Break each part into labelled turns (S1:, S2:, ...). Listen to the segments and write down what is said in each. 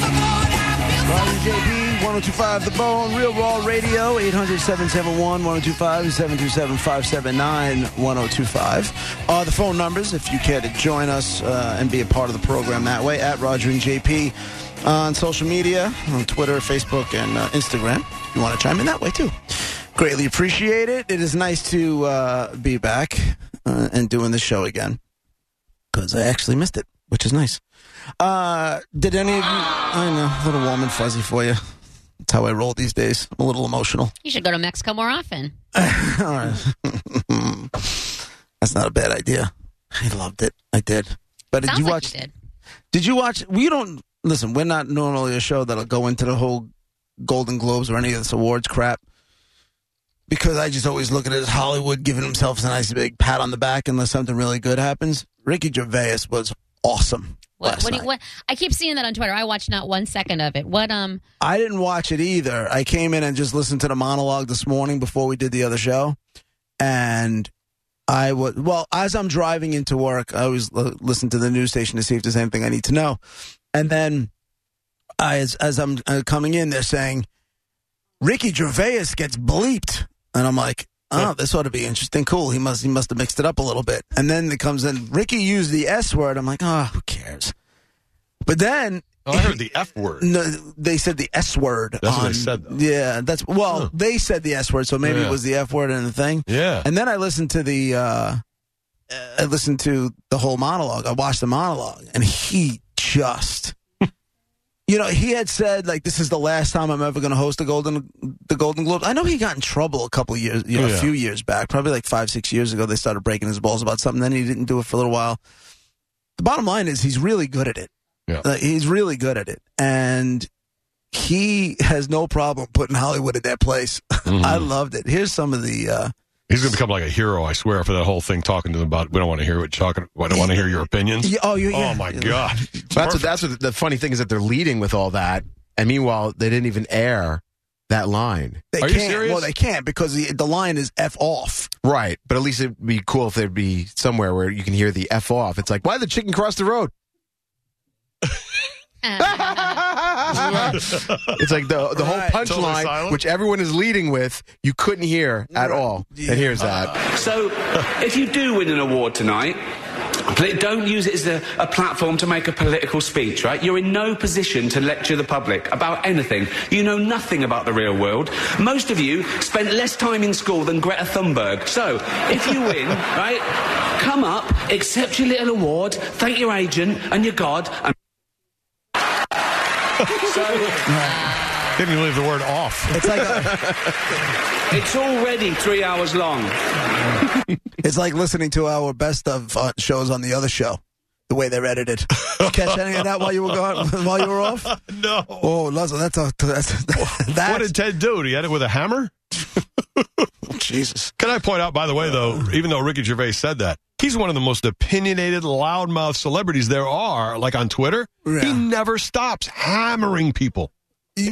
S1: Ryan JB, 1025 The Bone, Real Raw Radio, 800 771 1025 727 579 1025. Uh, The phone numbers, if you care to join us uh, and be a part of the program that way, at Roger and JP on social media, on Twitter, Facebook, and uh, Instagram. If you want to chime in that way too. Greatly appreciate it. It is nice to uh, be back uh, and doing the show again because I actually missed it, which is nice. Uh, did any of you? I know, a little warm and fuzzy for you. That's how I roll these days. I'm a little emotional.
S2: You should go to Mexico more often.
S1: All right. That's not a bad idea. I loved it. I did. But did
S2: Sounds
S1: you
S2: like
S1: watch?
S2: you did.
S1: Did you watch? We don't listen. We're not normally a show that'll go into the whole Golden Globes or any of this awards crap because I just always look at it as Hollywood giving themselves a nice big pat on the back unless something really good happens. Ricky Gervais was awesome.
S2: What,
S1: last
S2: what, do
S1: night.
S2: you, what? I keep seeing that on Twitter. I watch not one second of it. What? Um.
S1: I didn't watch it either. I came in and just listened to the monologue this morning before we did the other show, and I was well as I'm driving into work. I always l- listen to the news station to see if there's anything I need to know, and then I, as as I'm uh, coming in, they're saying Ricky Gervais gets bleeped, and I'm like. Oh, this ought to be interesting. Cool. He must he must have mixed it up a little bit. And then it comes in. Ricky used the S word. I'm like, oh, who cares? But then
S3: Oh, I heard the F word.
S1: no, they said the S word.
S3: That's what
S1: on,
S3: they said, though.
S1: Yeah, that's well,
S3: Huh.
S1: they said the S word, so maybe
S3: Yeah.
S1: it was the F word and the thing.
S3: Yeah.
S1: And then I listened to the, uh, I listened to the whole monologue. I watched the monologue, and he just, you know, he had said like, "This is the last time I'm ever going to host the Golden the Golden Globes." I know he got in trouble a couple years, you know,
S3: Oh, Yeah.
S1: a few years back, probably like five six years ago. They started breaking his balls about something. Then he didn't do it for a little while. The bottom line is he's really good at it.
S3: Yeah.
S1: Like, he's really good at it, and he has no problem putting Hollywood at that place. I loved it. Here's some of the. Uh,
S3: Mm-hmm. He's going to become like a hero, I swear, for that whole thing talking to them about we don't want to hear what talking. I don't want to hear your opinions.
S1: yeah, oh, you, yeah.
S3: Oh my god,
S4: That's what, that's what the funny thing is that they're leading with all that, and meanwhile they didn't even air that line.
S1: They
S3: Are you
S1: can't.
S3: serious?
S1: Well, they can't because the, the line is f off.
S4: Right, but at least it'd be cool if there'd be somewhere where you can hear the f off. It's like why the chicken cross the road?
S2: Uh.
S4: it's like the the
S1: Right.
S4: whole
S3: Totally
S4: punchline,
S3: silent.
S4: which everyone is leading with, you couldn't hear at all.
S1: Yeah.
S4: And here's that.
S5: So, if you do win an award tonight, pl- don't use it as a, a platform to make a political speech, right? You're in no position to lecture the public about anything. You know nothing about the real world. Most of you spent less time in school than Greta Thunberg. So, if you win, right, come up, accept your little award, thank your agent and your God, and
S3: Didn't even leave the word off.
S1: It's like a,
S5: it's already three hours long.
S1: it's like listening to our best of uh, shows on the other show. The way they're edited. You catch any of that while you were gone, while you were off?
S3: No.
S1: Oh, Lazo, that's a that's that's
S3: What did Ted do? Did he hit it with a hammer?
S1: Jesus.
S3: Can I point out, by the way, though, even though Ricky Gervais said that, he's one of the most opinionated, loudmouth celebrities there are. Like on Twitter,
S1: Yeah.
S3: he never stops hammering people.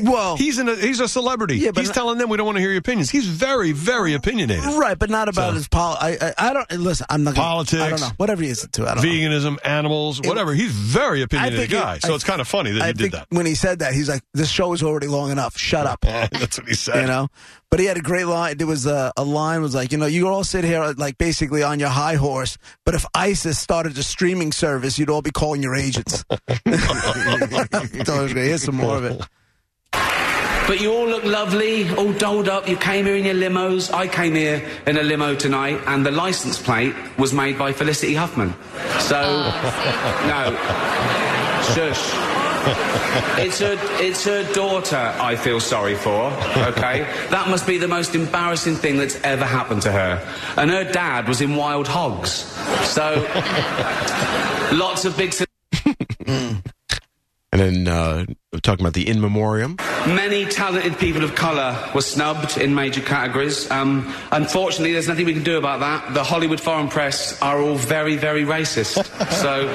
S1: Well,
S3: He's in a, he's a celebrity.
S1: Oh. Yeah, but
S3: he's
S1: not-
S3: telling them we don't want to hear your opinions. He's very, very opinionated.
S1: right, but not about
S3: So-
S1: his pol. I, I I don't listen. I'm not gonna, I don't
S3: Politics.
S1: know. Whatever he is to, I don't know.
S3: Veganism, animals, whatever. He's very
S1: think
S3: opinionated guy.
S1: it-
S3: so
S1: Uh-uh. I-
S3: it's kind of funny that
S1: I
S3: he
S1: think
S3: did that.
S1: when he said that, he's like, "This show is already long enough. Shut up."
S3: That's what he said.
S1: you know but he had a great line there was a, a line was like you know you all sit here like basically on your high horse but if isis started a streaming service you'd all be calling your agents So, here's some more of it
S5: But you all look lovely, all doled up. You came here in your limos. I came here in a limo tonight, and the license plate was made by Felicity Huffman. So,
S2: Oh.
S5: no. Shush. It's her, it's her daughter I feel sorry for, okay? that must be the most embarrassing thing that's ever happened to her. And her dad was in Wild Hogs. So, lots of big.
S4: And then uh, we're talking about the in memoriam.
S5: Many talented people of colour were snubbed in major categories. Um, unfortunately, there's nothing we can do about that. The Hollywood foreign press are all very, very racist. so,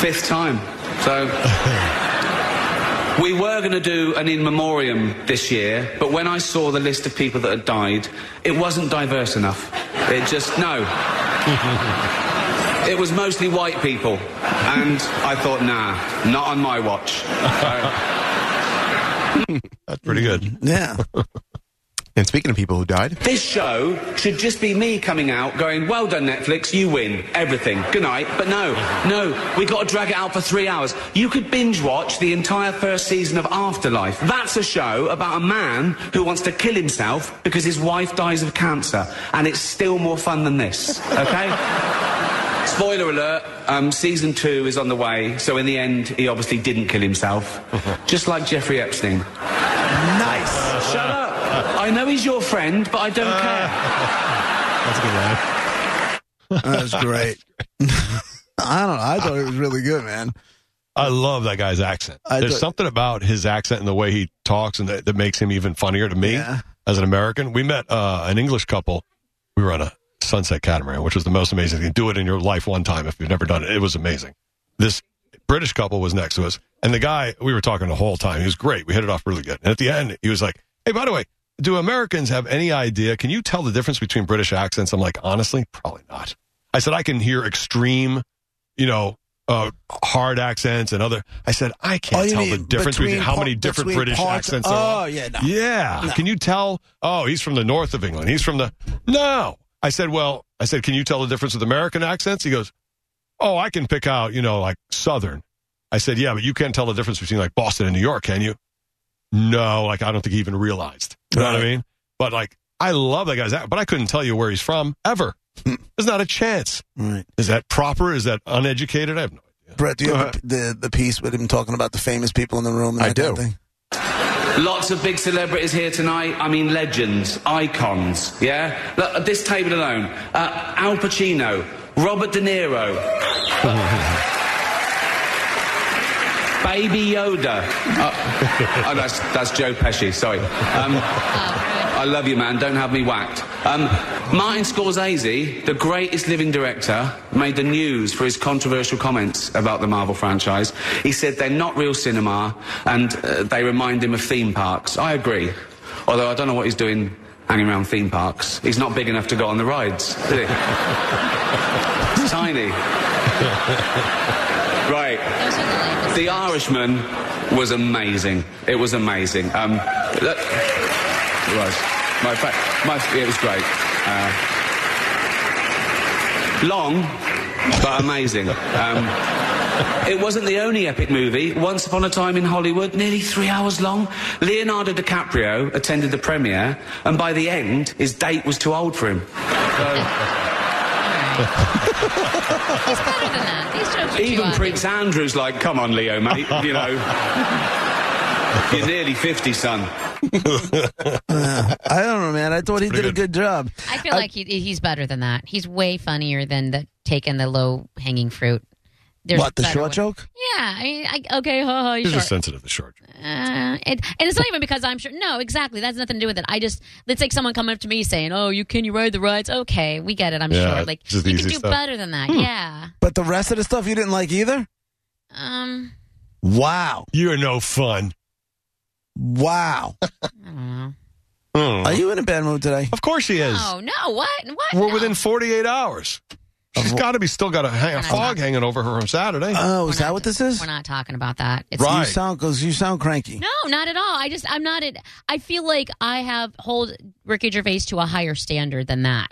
S5: fifth time. So. We were going to do an in memoriam this year, but when I saw the list of people that had died, it wasn't diverse enough. It just, no. it was mostly white people. And I thought, nah, not on my watch. So-
S3: That's pretty good.
S1: Yeah.
S4: And speaking of people who died,
S5: This show should just be me coming out going, well done, Netflix, you win everything. Good night. But no, no, we got to drag it out for three hours. You could binge watch the entire first season of Afterlife. That's a show about a man who wants to kill himself because his wife dies of cancer. And it's still more fun than this, okay? Spoiler alert, um, season two is on the way, so in the end, he obviously didn't kill himself. Just like Jeffrey Epstein.
S1: nice.
S5: Shut up! I know he's your friend, but I don't care.
S3: That's a good line.
S1: That's great. I don't know. I thought it was really good, man.
S3: I love that guy's accent.
S1: I
S3: There's
S1: thought-
S3: something about his accent and the way he talks and that, that makes him even funnier to me
S1: Yeah.
S3: as an American. We met uh, an English couple. We were on a sunset catamaran, which was the most amazing thing. Do it in your life one time if you've never done it. It was amazing. This British couple was next to us, and the guy we were talking the whole time. He was great. We hit it off really good. And at the end, he was like, "Hey, by the way, do Americans have any idea? Can you tell the difference between British accents?" I'm like, honestly, probably not. I said I can hear extreme, you know, uh, hard accents and other. I said I
S1: Oh,
S3: can't
S1: you
S3: tell the
S1: mean
S3: difference between,
S1: between
S3: how
S1: par-
S3: many different
S1: between
S3: British
S1: parts-
S3: accents. there are.
S1: Oh, yeah, no.
S3: yeah.
S1: No.
S3: Can you tell? Oh, he's from the north of England. He's from the no. I said, well, I said, can you tell the difference with American accents? He goes, oh, I can pick out, you know, like southern. I said, yeah, but you can't tell the difference between like Boston and New York, can you? No, like I don't think he even realized. You know what I
S1: Right.
S3: mean? But like, I love that guy's act, but I couldn't tell you where he's from ever.
S1: Hmm.
S3: There's not a chance.
S1: Right.
S3: Is that proper? Is that uneducated? I have no idea.
S1: Brett, do you have the, the, the piece with him talking about the famous people in the room? And
S4: I
S1: that kind
S4: do.
S1: of thing?
S5: Lots of big celebrities here tonight. I mean, legends, icons. Yeah, look at this table alone: uh, Al Pacino, Robert De Niro, Baby Yoda. Uh, oh, that's that's Joe Pesci. Sorry. Um, I love you, man. Don't have me whacked. Um, Martin Scorsese, the greatest living director, made the news for his controversial comments about the Marvel franchise. He said they're not real cinema and uh, they remind him of theme parks. I agree. Although I don't know what he's doing hanging around theme parks. He's not big enough to go on the rides, is he? it's tiny. right.
S2: Those are the labels.
S5: The Irishman was amazing. It was amazing. Um, look, it was. My, fa- my, it was great. Uh, long, but amazing. Um, it wasn't the only epic movie. Once Upon a Time in Hollywood, nearly three hours long. Leonardo DiCaprio attended the premiere, and by the end, his date was too old for him.
S2: It's better than that. These jokes are
S5: Even
S2: too
S5: Prince Andrew's like, come on, Leo, mate, you know. You're nearly 50, son.
S1: I don't know, man. I thought he did a good job.
S2: I feel like he, he's better than that. He's way funnier than the taking the low hanging fruit. There's
S1: what, the
S2: better
S1: short
S2: ones.
S1: joke?
S2: Yeah. I mean, I, okay. Ha ha. you
S3: He's
S2: sure?
S3: just sensitive to short.
S2: Uh, it, and it's not even because I'm sure. No, exactly. That's nothing to do with it. I just let's like someone coming up to me saying, "Oh, you can you ride the rides?" Okay, we get it. I'm
S3: Yeah,
S2: sure. Like
S3: it's
S2: you
S3: just
S2: can
S3: easy
S2: do
S3: stuff. Hmm.
S2: better than that. Yeah.
S1: But the rest of the stuff you didn't like either?
S2: Um.
S1: Wow.
S3: You're no fun.
S1: Wow.
S2: I don't know.
S3: Mm.
S1: Are you in a bad mood today?
S3: Of course he is.
S2: Oh no! What? What?
S3: We're
S2: No.
S3: within 48 hours. She's got to be still got a, hang, a
S2: We're not
S3: fog hanging over her on Saturday.
S1: Oh,
S2: We're
S1: is that
S2: not-
S1: what this is?
S2: We're not talking about that. It's
S3: Right.
S1: You sound, cause you sound cranky.
S2: No, not at all. I just I'm not at I feel like I have hold Ricky Gervais to a higher standard than that.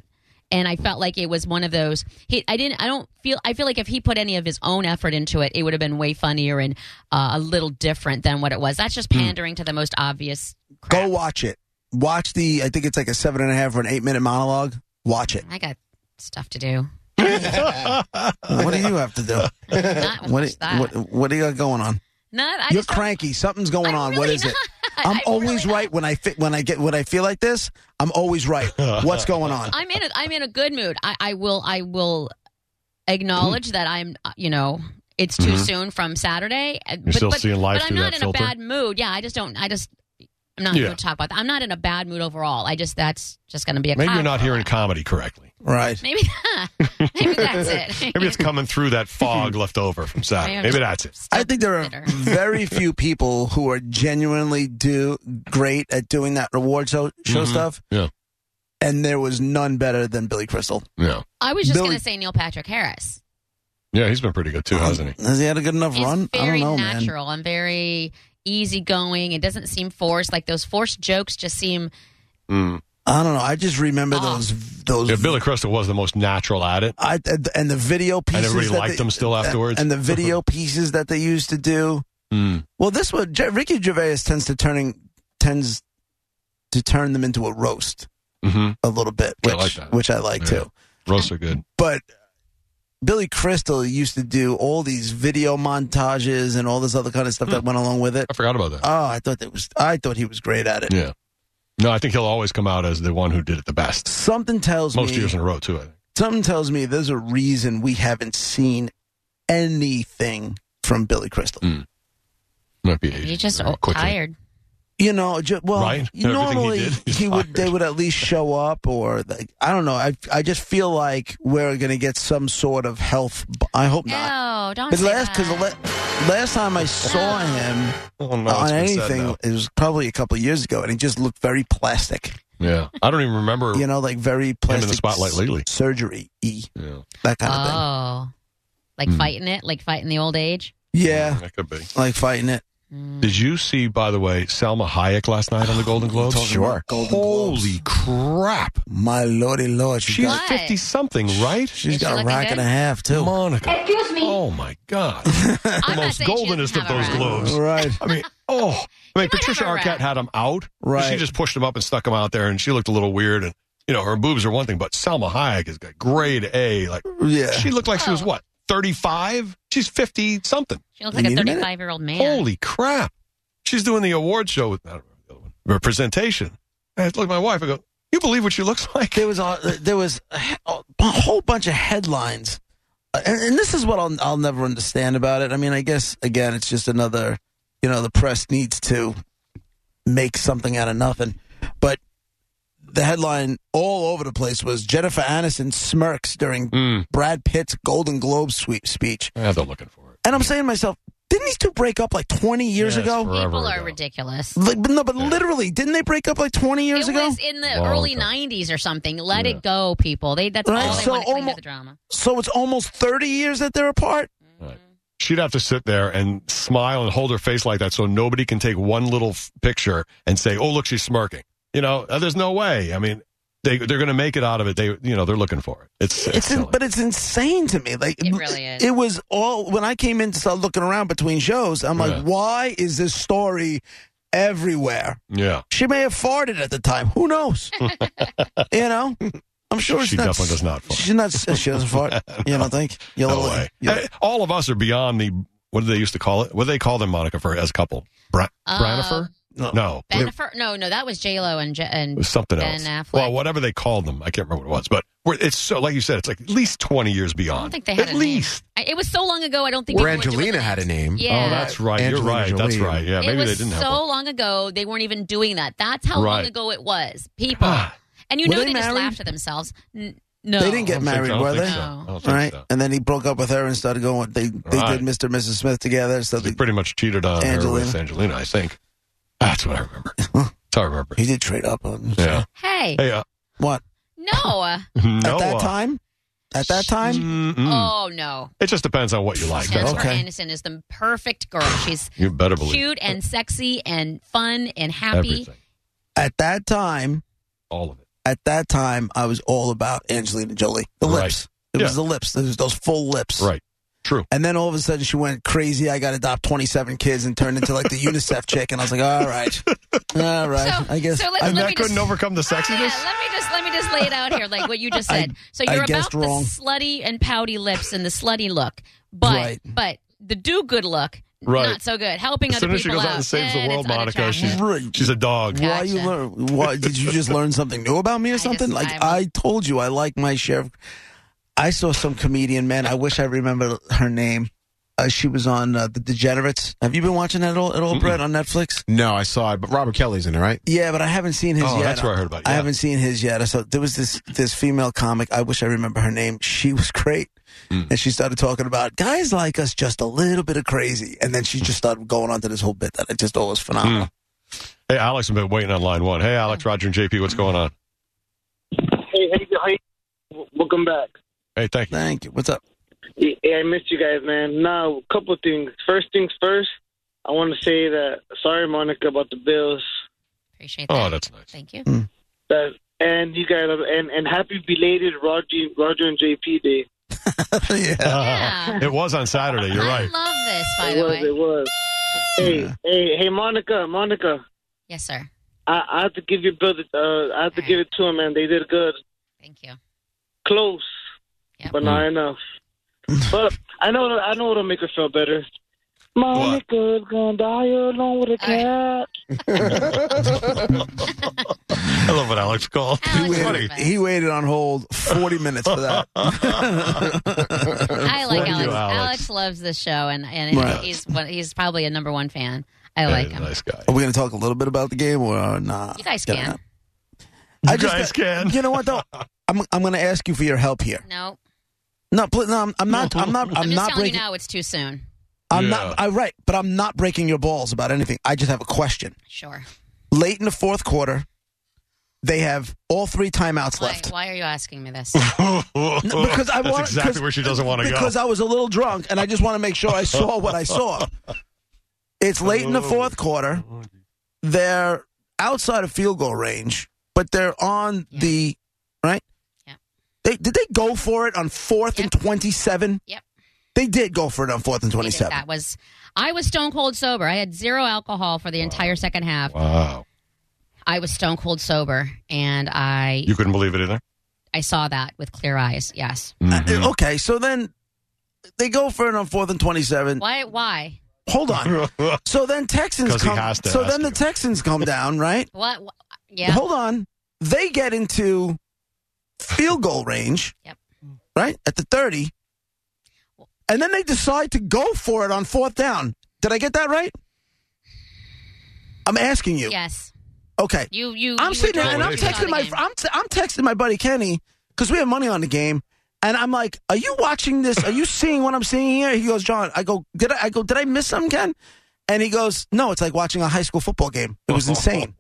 S2: and I felt like it was one of those. He, I didn't. I don't feel. I feel like if he put any of his own effort into it, it would have been way funnier and uh, a little different than what it was. That's just pandering to the most obvious. Crap.
S1: Hmm. Go watch it. Watch the. I think it's like a seven and a half or an eight minute monologue. Watch it.
S2: I got stuff to do.
S1: What do you have to do?
S2: Not
S1: What
S2: watch that.
S1: what, what do you got going on?
S2: Not. I
S1: You're
S2: just don't-
S1: cranky. Something's going
S2: I'm
S1: on. what
S2: really
S1: is it?
S2: not.
S1: I'm
S2: I'm
S1: always
S2: really
S1: right when I fit when I get when I feel like this. I'm always right. What's going on?
S2: I'm in a I'm in a good mood. I, I will I will
S3: Hmm.
S2: acknowledge that I'm uh, you know it's too soon from Saturday. uh, but,
S3: Mm-hmm. still
S2: but,
S3: seeing life
S2: but I'm
S3: through
S2: not
S3: that
S2: in
S3: filter?
S2: a bad mood. Yeah, I just don't. I just I'm not
S3: Yeah.
S2: going to talk about that. I'm not in a bad mood overall. I just that's just going to be a
S3: Maybe
S2: cloud
S3: you're not
S2: for a
S3: hearing
S2: while.
S3: comedy correctly.
S1: Right.
S2: Maybe that. Maybe that's it.
S3: Maybe it's coming through that fog left over from Saturday.
S2: I'm
S3: Maybe that's it.
S1: I think there are
S2: Bitter.
S1: very few people who are genuinely do great at doing that reward show, show stuff.
S3: Mm-hmm. Yeah.
S1: And there was none better than Billy Crystal.
S3: Yeah.
S2: I was just
S1: Billy-
S2: going to say Neil Patrick Harris.
S3: Yeah, he's been pretty good too, hasn't he?
S1: Has he had a good enough
S2: He's
S1: run? I don't
S2: very
S1: know, man.
S2: natural and very easygoing. It doesn't seem forced. Like those forced jokes just seem.
S1: I don't know. I just remember
S2: Oh.
S1: those those.
S3: Mm. Yeah, Billy Crystal was the most natural at it.
S1: I and the video pieces.
S3: And everybody
S1: that
S3: liked
S1: they-
S3: him still afterwards.
S1: And the video pieces that they used to do.
S3: Mm.
S1: Well, this one Je- Ricky Gervais tends to turning tends to turn them into a roast
S3: hmm
S1: a little bit,
S3: I
S1: which
S3: like that.
S1: which I like
S3: Yeah.
S1: too.
S3: Roasts are good.
S1: but Billy Crystal used to do all these video montages and all this other kind of stuff
S3: Hmm.
S1: that went along with it.
S3: I forgot about that.
S1: Oh, I thought that was I thought he was great at it.
S3: Yeah. No, I think he'll always come out as the one who did it the best.
S1: Something tells
S3: Most
S1: me
S3: years in a row too. I think.
S1: something tells me there's a reason we haven't seen anything from Billy Crystal.
S3: Hmm. Might be.
S2: You're
S3: aging
S2: just
S3: very quickly.
S2: tired.
S1: You know, ju- well,
S3: Right?
S1: you
S3: Everything he
S1: normally he,
S3: did, he's
S1: would they
S3: fired.
S1: would at least show up or like, I don't know. I I just feel like we're going to get some sort of health bu- I hope not.
S2: No, don't.
S1: Because
S2: say
S1: last, cause the
S2: that.
S1: la- last time I saw him
S3: Oh, no,
S1: on
S3: it's been said
S1: anything,
S3: now.
S1: it was probably a couple of years ago, and he just looked very plastic.
S3: Yeah. I don't even remember.
S1: You know, like very plastic.
S3: spotlight lately.
S1: Surgery, e
S3: yeah.
S1: that kind of thing.
S2: Oh, like
S3: Hmm.
S2: fighting it, like fighting the old age.
S1: Yeah,
S3: That could be.
S1: like fighting it. Mm.
S3: Did you see, by the way, Selma Hayek last night on the Golden Globes?
S1: Talking
S4: Sure.
S1: about Golden Globes.
S3: Holy crap.
S1: my lordy lord, she
S3: She's
S1: got,
S2: What?
S3: 50 something, right?
S1: she's
S2: Is she
S1: got a
S2: looking
S1: rack
S2: good?
S1: and a half too.
S3: Monica.
S6: Excuse me.
S3: Oh my God.
S2: I'm not
S3: most
S2: saying she
S3: goldenest
S2: doesn't
S3: of
S2: have a
S3: those
S2: rack.
S3: globes.
S1: Right,
S3: I mean, oh. I mean,
S2: might
S3: Patricia
S2: have a
S3: Arquette
S2: rack.
S3: had them out.
S1: Right.
S3: She just pushed them up and stuck them out there, and she looked a little weird. And, you know, her boobs are one thing, but Selma Hayek has got grade A. Like,
S1: yeah.
S3: she looked like she was
S2: Oh.
S3: what, 35? She's 50 something.
S2: She looks
S1: You
S2: like a
S1: need a minute?
S2: 35 year old man.
S3: Holy crap. She's doing the award show with, I don't remember the other one, her presentation. And I look at my wife, I go, you believe what she looks like?
S1: there was a, there was a, he- a whole bunch of headlines, Uh, and, and this is what I'll I'll never understand about it. I mean, I guess again, it's just another, you know, the press needs to make something out of nothing. But the headline all over the place was Jennifer Aniston smirks during
S3: Mm.
S1: Brad Pitt's Golden Globe sweep speech,
S3: Yeah, they're looking for it.
S1: and I'm saying to myself, didn't these two break up like 20 years
S3: Yeah, it's
S1: ago?
S3: forever
S2: People are
S3: ago.
S2: ridiculous.
S1: Like, but no, but
S3: Yeah.
S1: literally, didn't they break up like 20 years
S2: it
S1: ago?
S2: was in the
S3: Long
S2: early
S3: ago.
S2: 90s or something. Let
S3: Yeah.
S2: it go, people. They That's
S1: Right,
S2: all they
S1: so
S2: want to clean
S1: almo-
S2: up the drama.
S1: so it's almost 30 years that they're apart.
S3: She'd have to sit there and smile and hold her face like that so nobody can take one little f- picture and say, oh, look, she's smirking. You know, uh, there's no way. I mean, they, they're going to make it out of it. They, you know, they're looking for it. It's, it's,
S1: It's in,
S3: silly.
S1: but it's insane to me. Like
S2: It really is.
S1: It was all when I came in to start looking around between shows. I'm
S3: Yeah.
S1: like, why is this story everywhere?
S3: yeah.
S1: She may have farted at the time. Who knows? you know, I'm sure it's
S3: She
S1: not,
S3: definitely does not fart.
S1: She's not. She doesn't fart. You don't think? You
S3: No
S1: little-
S3: way.
S1: you-
S3: Hey, all of us are beyond the, what do they used to call it? What do they call them, Monica, for as a couple? Bra-
S2: Uh,
S3: Branifer? No.
S2: Bennifer? No, no, that was J-Lo and, J-
S3: It
S2: and
S3: was something
S2: Ben
S3: else.
S2: Affleck.
S3: Well, whatever they called them, I can't remember what it was, but we're, it's so like you said, it's like at least twenty years beyond.
S2: I don't think they had
S3: at
S2: a name.
S3: least.
S2: I- It was so long ago, I don't think
S4: Where
S2: people were doing
S4: Angelina
S2: the
S4: had a
S2: names.
S4: name.
S2: Yeah.
S3: Oh, that's right. You're
S4: Angelina
S3: right. That's
S4: Jolie.
S3: right. Yeah, maybe
S2: it was
S3: they didn't
S2: so
S3: have. one.
S2: long ago they weren't even doing that. That's how long
S3: Right.
S2: ago it was. People.
S3: Ah.
S2: and you
S1: Were
S2: know
S1: they
S2: they, just
S1: married?
S2: laugh to themselves. N- no.
S1: They didn't
S3: I
S1: get
S3: don't think
S1: married,
S3: so. I don't
S1: were
S3: think
S1: they?
S3: so. I don't
S1: All
S3: think
S1: right,
S3: so.
S1: and then he broke up with her and started going. They they did
S3: Right.
S1: Mr. and Mrs. Smith together. So
S3: They
S1: they,
S3: pretty much cheated on her with
S1: Angelina.
S3: Angelina. I think that's what I remember. that's how I remember.
S1: he did trade up on.
S3: Yeah.
S2: Hey,
S3: Hey, uh,
S1: What
S2: no.
S3: Noah.
S1: at that time? At that time,
S3: Mm-mm.
S2: Oh no.
S3: It just depends on what you Hmm. like. That's
S2: Jennifer
S3: all.
S1: Okay.
S2: Aniston is the perfect girl. She's
S3: You better believe
S2: cute and sexy and fun and happy.
S3: everything,
S1: at that time,
S3: all of it.
S1: at that time, I was all about Angelina Jolie. The
S3: Right.
S1: lips. It was
S3: Yeah.
S1: the lips. It was those full lips.
S3: Right. True.
S1: And then all of a sudden she went crazy. I got to adopt 27 kids and turned into like the UNICEF chick. And I was like, all right. All right.
S2: So-
S1: I guess.
S2: so let-
S1: I,
S3: And
S2: let
S3: that
S2: me
S3: couldn't
S2: just-
S3: overcome the sexiness?
S2: Oh, Yeah, let me just let me just lay it out here, like what you just
S1: I-
S2: said. so
S1: I
S2: you're
S1: guessed
S2: about
S1: wrong.
S2: the slutty and pouty lips and the slutty look, but
S1: Right.
S2: but the do good look,
S3: Right.
S2: not so good. Helping
S3: As
S2: other
S3: soon as she
S2: people
S3: goes out
S2: out
S3: and saves the
S2: and
S3: world,
S2: it's
S3: Monica, she's
S2: unattractive.
S1: Right.
S3: she's a dog.
S1: why you
S2: Gotcha.
S1: learn? Why did you just learn something new about me or
S2: just-
S1: something? like
S2: I'm-
S1: i told you, I like my share. of- I saw some comedian man. I wish I remember her name. Uh, she was on uh, The Degenerates. Have you been watching that at all? At all, Brett on Netflix?
S4: No, I saw it, but Robert Kelly's in it, right?
S1: Yeah, but I haven't seen his
S3: Oh,
S1: yet.
S3: that's where I heard about it,
S1: I
S3: yeah.
S1: haven't seen his yet. I saw there was this this female comic. I wish I remember her name. She was great,
S3: Hmm.
S1: and she started talking about guys like us, just a little bit of crazy, and then
S3: Hmm.
S1: she just started going on to this whole bit that I just thought was phenomenal.
S3: Hey, Alex, I've been waiting on line one. Hey, Alex, Roger, and JP, what's going on?
S6: Hey, hey, hey, welcome back.
S3: Hey, thank you.
S1: Thank you. What's up?
S6: Yeah, I missed you guys, man. Now, a couple things. First things first, I want to say that sorry, Monica, about the Bills.
S2: Appreciate that.
S3: Oh, that's nice.
S2: Thank you.
S6: That and you guys and and happy belated Roger, Roger and JP day.
S1: yeah.
S2: Yeah.
S3: it was on Saturday. You're
S2: I
S3: right.
S2: love this, by
S6: it
S2: the
S6: was,
S2: way.
S6: it was. Hey, hey, hey, Monica, Monica.
S2: Yes, sir.
S6: I, I have to give your brother. Uh, I have to
S2: Alright.
S6: give it to him, man. They did good.
S2: Thank you.
S6: Close,
S2: Yep.
S6: but
S7: Mm.
S6: not enough. but I know. I know it'll make her feel better. Monica's gonna die alone with a
S2: Alright.
S6: cat.
S3: I love what Alex called.
S1: He
S2: Alex is the
S1: waited,
S2: best.
S1: he waited on hold 40 minutes for that.
S2: I like
S3: Uh, Thank you,
S2: Alex.
S3: Alex.
S2: Alex. loves this show, and and
S1: Right.
S2: he's one, he's probably a number one fan. I
S3: Yeah,
S2: like
S3: he's a
S2: him.
S3: Nice guy.
S1: Are we going to talk a little bit about the game or not?
S2: You guys can.
S1: I
S3: You
S1: just
S3: guys can.
S1: You know what though? I'm I'm going to ask you for your help here.
S2: No,
S1: No, pl- no, I'm, I'm not. I'm not. I'm,
S2: I'm, just
S1: not
S2: telling
S1: breaking.
S2: you now. It's too soon.
S1: I'm
S3: Yeah.
S1: not. I right, but I'm not breaking your balls about anything. I just have a question.
S2: Sure.
S1: Late in the fourth quarter, they have all three timeouts
S2: Why,
S1: left.
S2: why are you asking me this?
S1: No, because I
S3: That's
S1: want
S3: exactly
S1: 'cause-
S3: where she doesn't want to go.
S1: Because I was a little drunk, and I just want to make sure I saw what I saw. It's late in the fourth quarter. They're outside of field goal range, but they're on
S2: Yeah.
S1: the right.
S2: Yeah.
S1: They did they go for it on fourth and twenty-seven?
S2: Yep.
S1: They did go for it on fourth and
S2: We did
S1: twenty-seven.
S2: That was I was stone cold sober. I had zero alcohol for the entire second half.
S3: wow.
S2: I was stone cold sober, and I
S3: You couldn't believe it either?
S2: I saw that with clear eyes. Yes.
S3: Mm-hmm.
S1: Uh, Okay, so then they go for it on fourth and twenty-seven.
S2: Why? Why?
S1: Hold on. So then Texans
S3: 'Cause he
S1: come.
S3: has to
S1: so
S3: ask
S1: then the
S3: you.
S1: Texans come down, right?
S2: What? wh- Yeah.
S1: Hold on. They get into field goal range.
S2: Yep.
S1: Right? At the 30. And then they decide to go for it on fourth down. Did I get that right? I'm asking you.
S2: Yes.
S1: Okay.
S2: You. You.
S1: I'm
S2: you
S1: sitting there and
S3: Oh,
S1: I'm
S3: it is.
S1: texting my I'm, t- I'm texting my buddy Kenny because we have money on the game, and I'm like, "Are you watching this? Are you seeing what I'm seeing here?" He goes, "John." I go, "Did I, I go? Did I miss something, Ken?" And he goes, "No, it's like watching a high school football game. It was insane.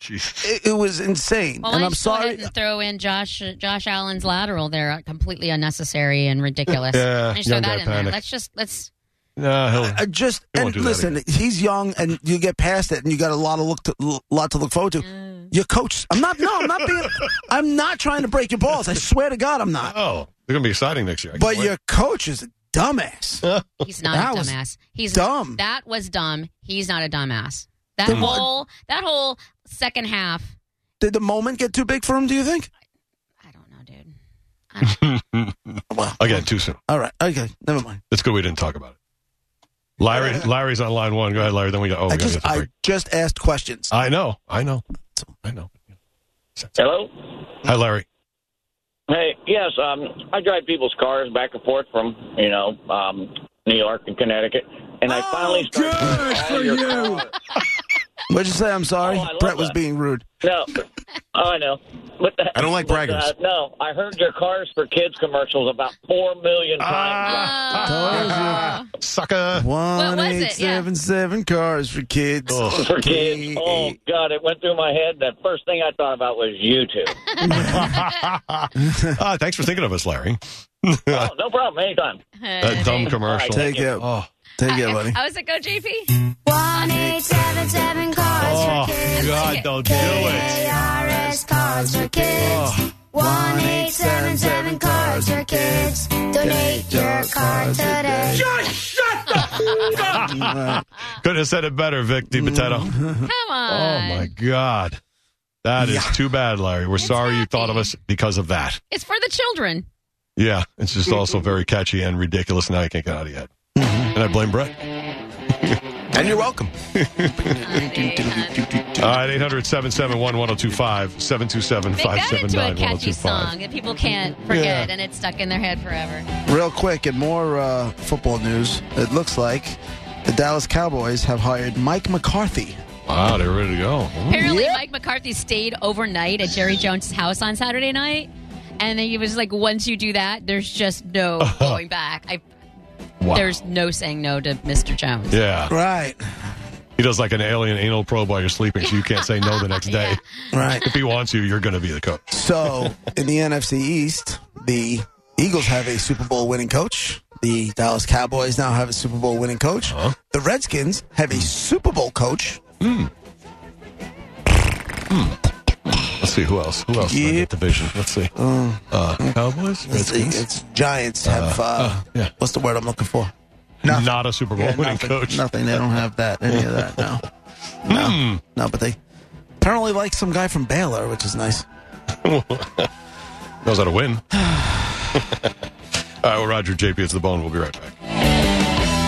S3: Jesus.
S1: it, it was insane."
S2: Well,
S1: and
S2: I
S1: I'm
S2: just go ahead
S1: sorry.
S2: and throw in Josh Josh Allen's lateral there, completely unnecessary and ridiculous.
S3: Yeah,
S2: I just throw
S3: young guy
S2: that in there.
S3: panic.
S2: Let's just let's.
S3: Nah, he'll-
S1: I just
S3: He
S1: and
S3: won't do that
S1: listen. He's young, and you get past it, and you got a lot of look to, l- lot to look forward to.
S2: Mm.
S1: Your coach. I'm not. No, I'm not being. I'm not trying to break your balls. I swear to God, I'm not.
S3: oh, they're going to be exciting next year. I can't
S1: But
S3: wait.
S1: your coach is a dumbass.
S2: He's not
S1: That
S2: a
S1: was
S2: dumbass. He's
S1: dumb.
S2: That was dumb. He's not a dumbass. That
S1: The one-
S2: whole that whole second half.
S1: Did the moment get too big for him? Do you think?
S2: I don't know, dude. I don't,
S1: Well,
S3: Again, too soon.
S1: all right. Okay, never mind.
S3: It's good we didn't talk about it. Larry, Larry's on line one. Go ahead, Larry. Then we got. Oh, we
S1: I
S3: gotta
S1: just
S3: get the
S1: I
S3: break. Uh,
S1: just asked questions.
S3: I know. I know. I know.
S7: Hello.
S3: Hi, Larry.
S7: Hey, yes, um, I drive people's cars back and forth from you know um, New York and Connecticut, and I finally
S4: Oh,
S7: started. for you.
S1: What'd you say? I'm sorry.
S7: Oh, I love
S1: Brett was
S7: that.
S1: being rude.
S7: No, oh, I know, but
S4: I don't like
S7: but,
S4: braggers.
S7: Uh, no, I heard your cars for kids commercials about four million times.
S4: Ah,
S2: Oh.
S3: Sucker.
S1: One
S2: was
S1: eight
S2: it? Yeah.
S1: seven seven cars for kids. E
S7: For kids, oh god, it went through my head. The first thing I thought about was YouTube.
S3: Ah, thanks for thinking of us, Larry.
S6: Oh, no problem. Anytime.
S3: That dumb commercial.
S6: All right.
S1: Take it.
S3: Oh,
S1: Take it, buddy.
S2: I was like, "Oh, go, JP.
S8: One eight seven seven cards
S3: oh
S8: for
S3: God, don't do it.
S8: KRS cards for kids. Oh. One eight seven seven cards for kids. Donate your card today.
S3: Couldn't have said it better, Vic
S2: Mm-hmm.
S3: DiBattista.
S2: Come
S3: Oh,
S2: on.
S3: my God. That is too bad, Larry. We're sorry you thought of us because of that.
S2: It's for the children.
S3: Yeah, it's just
S2: Mm-hmm.
S3: also very catchy and ridiculous. Now I can't get out of yet. And I blame Brett.
S5: And you're welcome.
S2: Honey, honey.
S3: All right, 800 771 1025 727
S2: Make that into a
S3: 579
S2: catchy song
S3: 1025.
S2: that people can't forget
S3: Yeah.
S2: and it's stuck in their head forever.
S1: Real quick and more uh, football news. It looks like the Dallas Cowboys have hired Mike McCarthy.
S3: Wow, they're ready to go.
S2: Apparently, Mike McCarthy stayed overnight at Jerry Jones' house on Saturday night. And then he was like, once you do that, there's just no going back. I,
S3: Wow.
S2: There's no saying no to Mr. Jones.
S3: Yeah.
S1: Right.
S3: He does like an alien anal probe while you're sleeping, so you can't say no the next day.
S1: Right.
S3: If he wants you, you're going to be the coach.
S1: So in the NFC East, the Eagles have a Super Bowl winning coach. The Dallas Cowboys now have a Super Bowl winning coach. The Redskins have a Super Bowl coach.
S3: Let's see who else. Who else in
S1: Yeah.
S3: that division? Let's see. Uh, Cowboys,
S1: It's,
S3: Redskins.
S1: it's Giants have uh,
S3: yeah.
S1: what's the word I'm looking for? nothing.
S3: Not a Super Bowl
S1: Yeah,
S3: winning
S1: nothing,
S3: coach. Hmm.
S1: Nothing. They don't have that. Any of that. No. No. No. But they apparently like some guy from Baylor, which is nice.
S3: Knows how to win. All right, well, Roger JP, it's the bone. We'll be right back.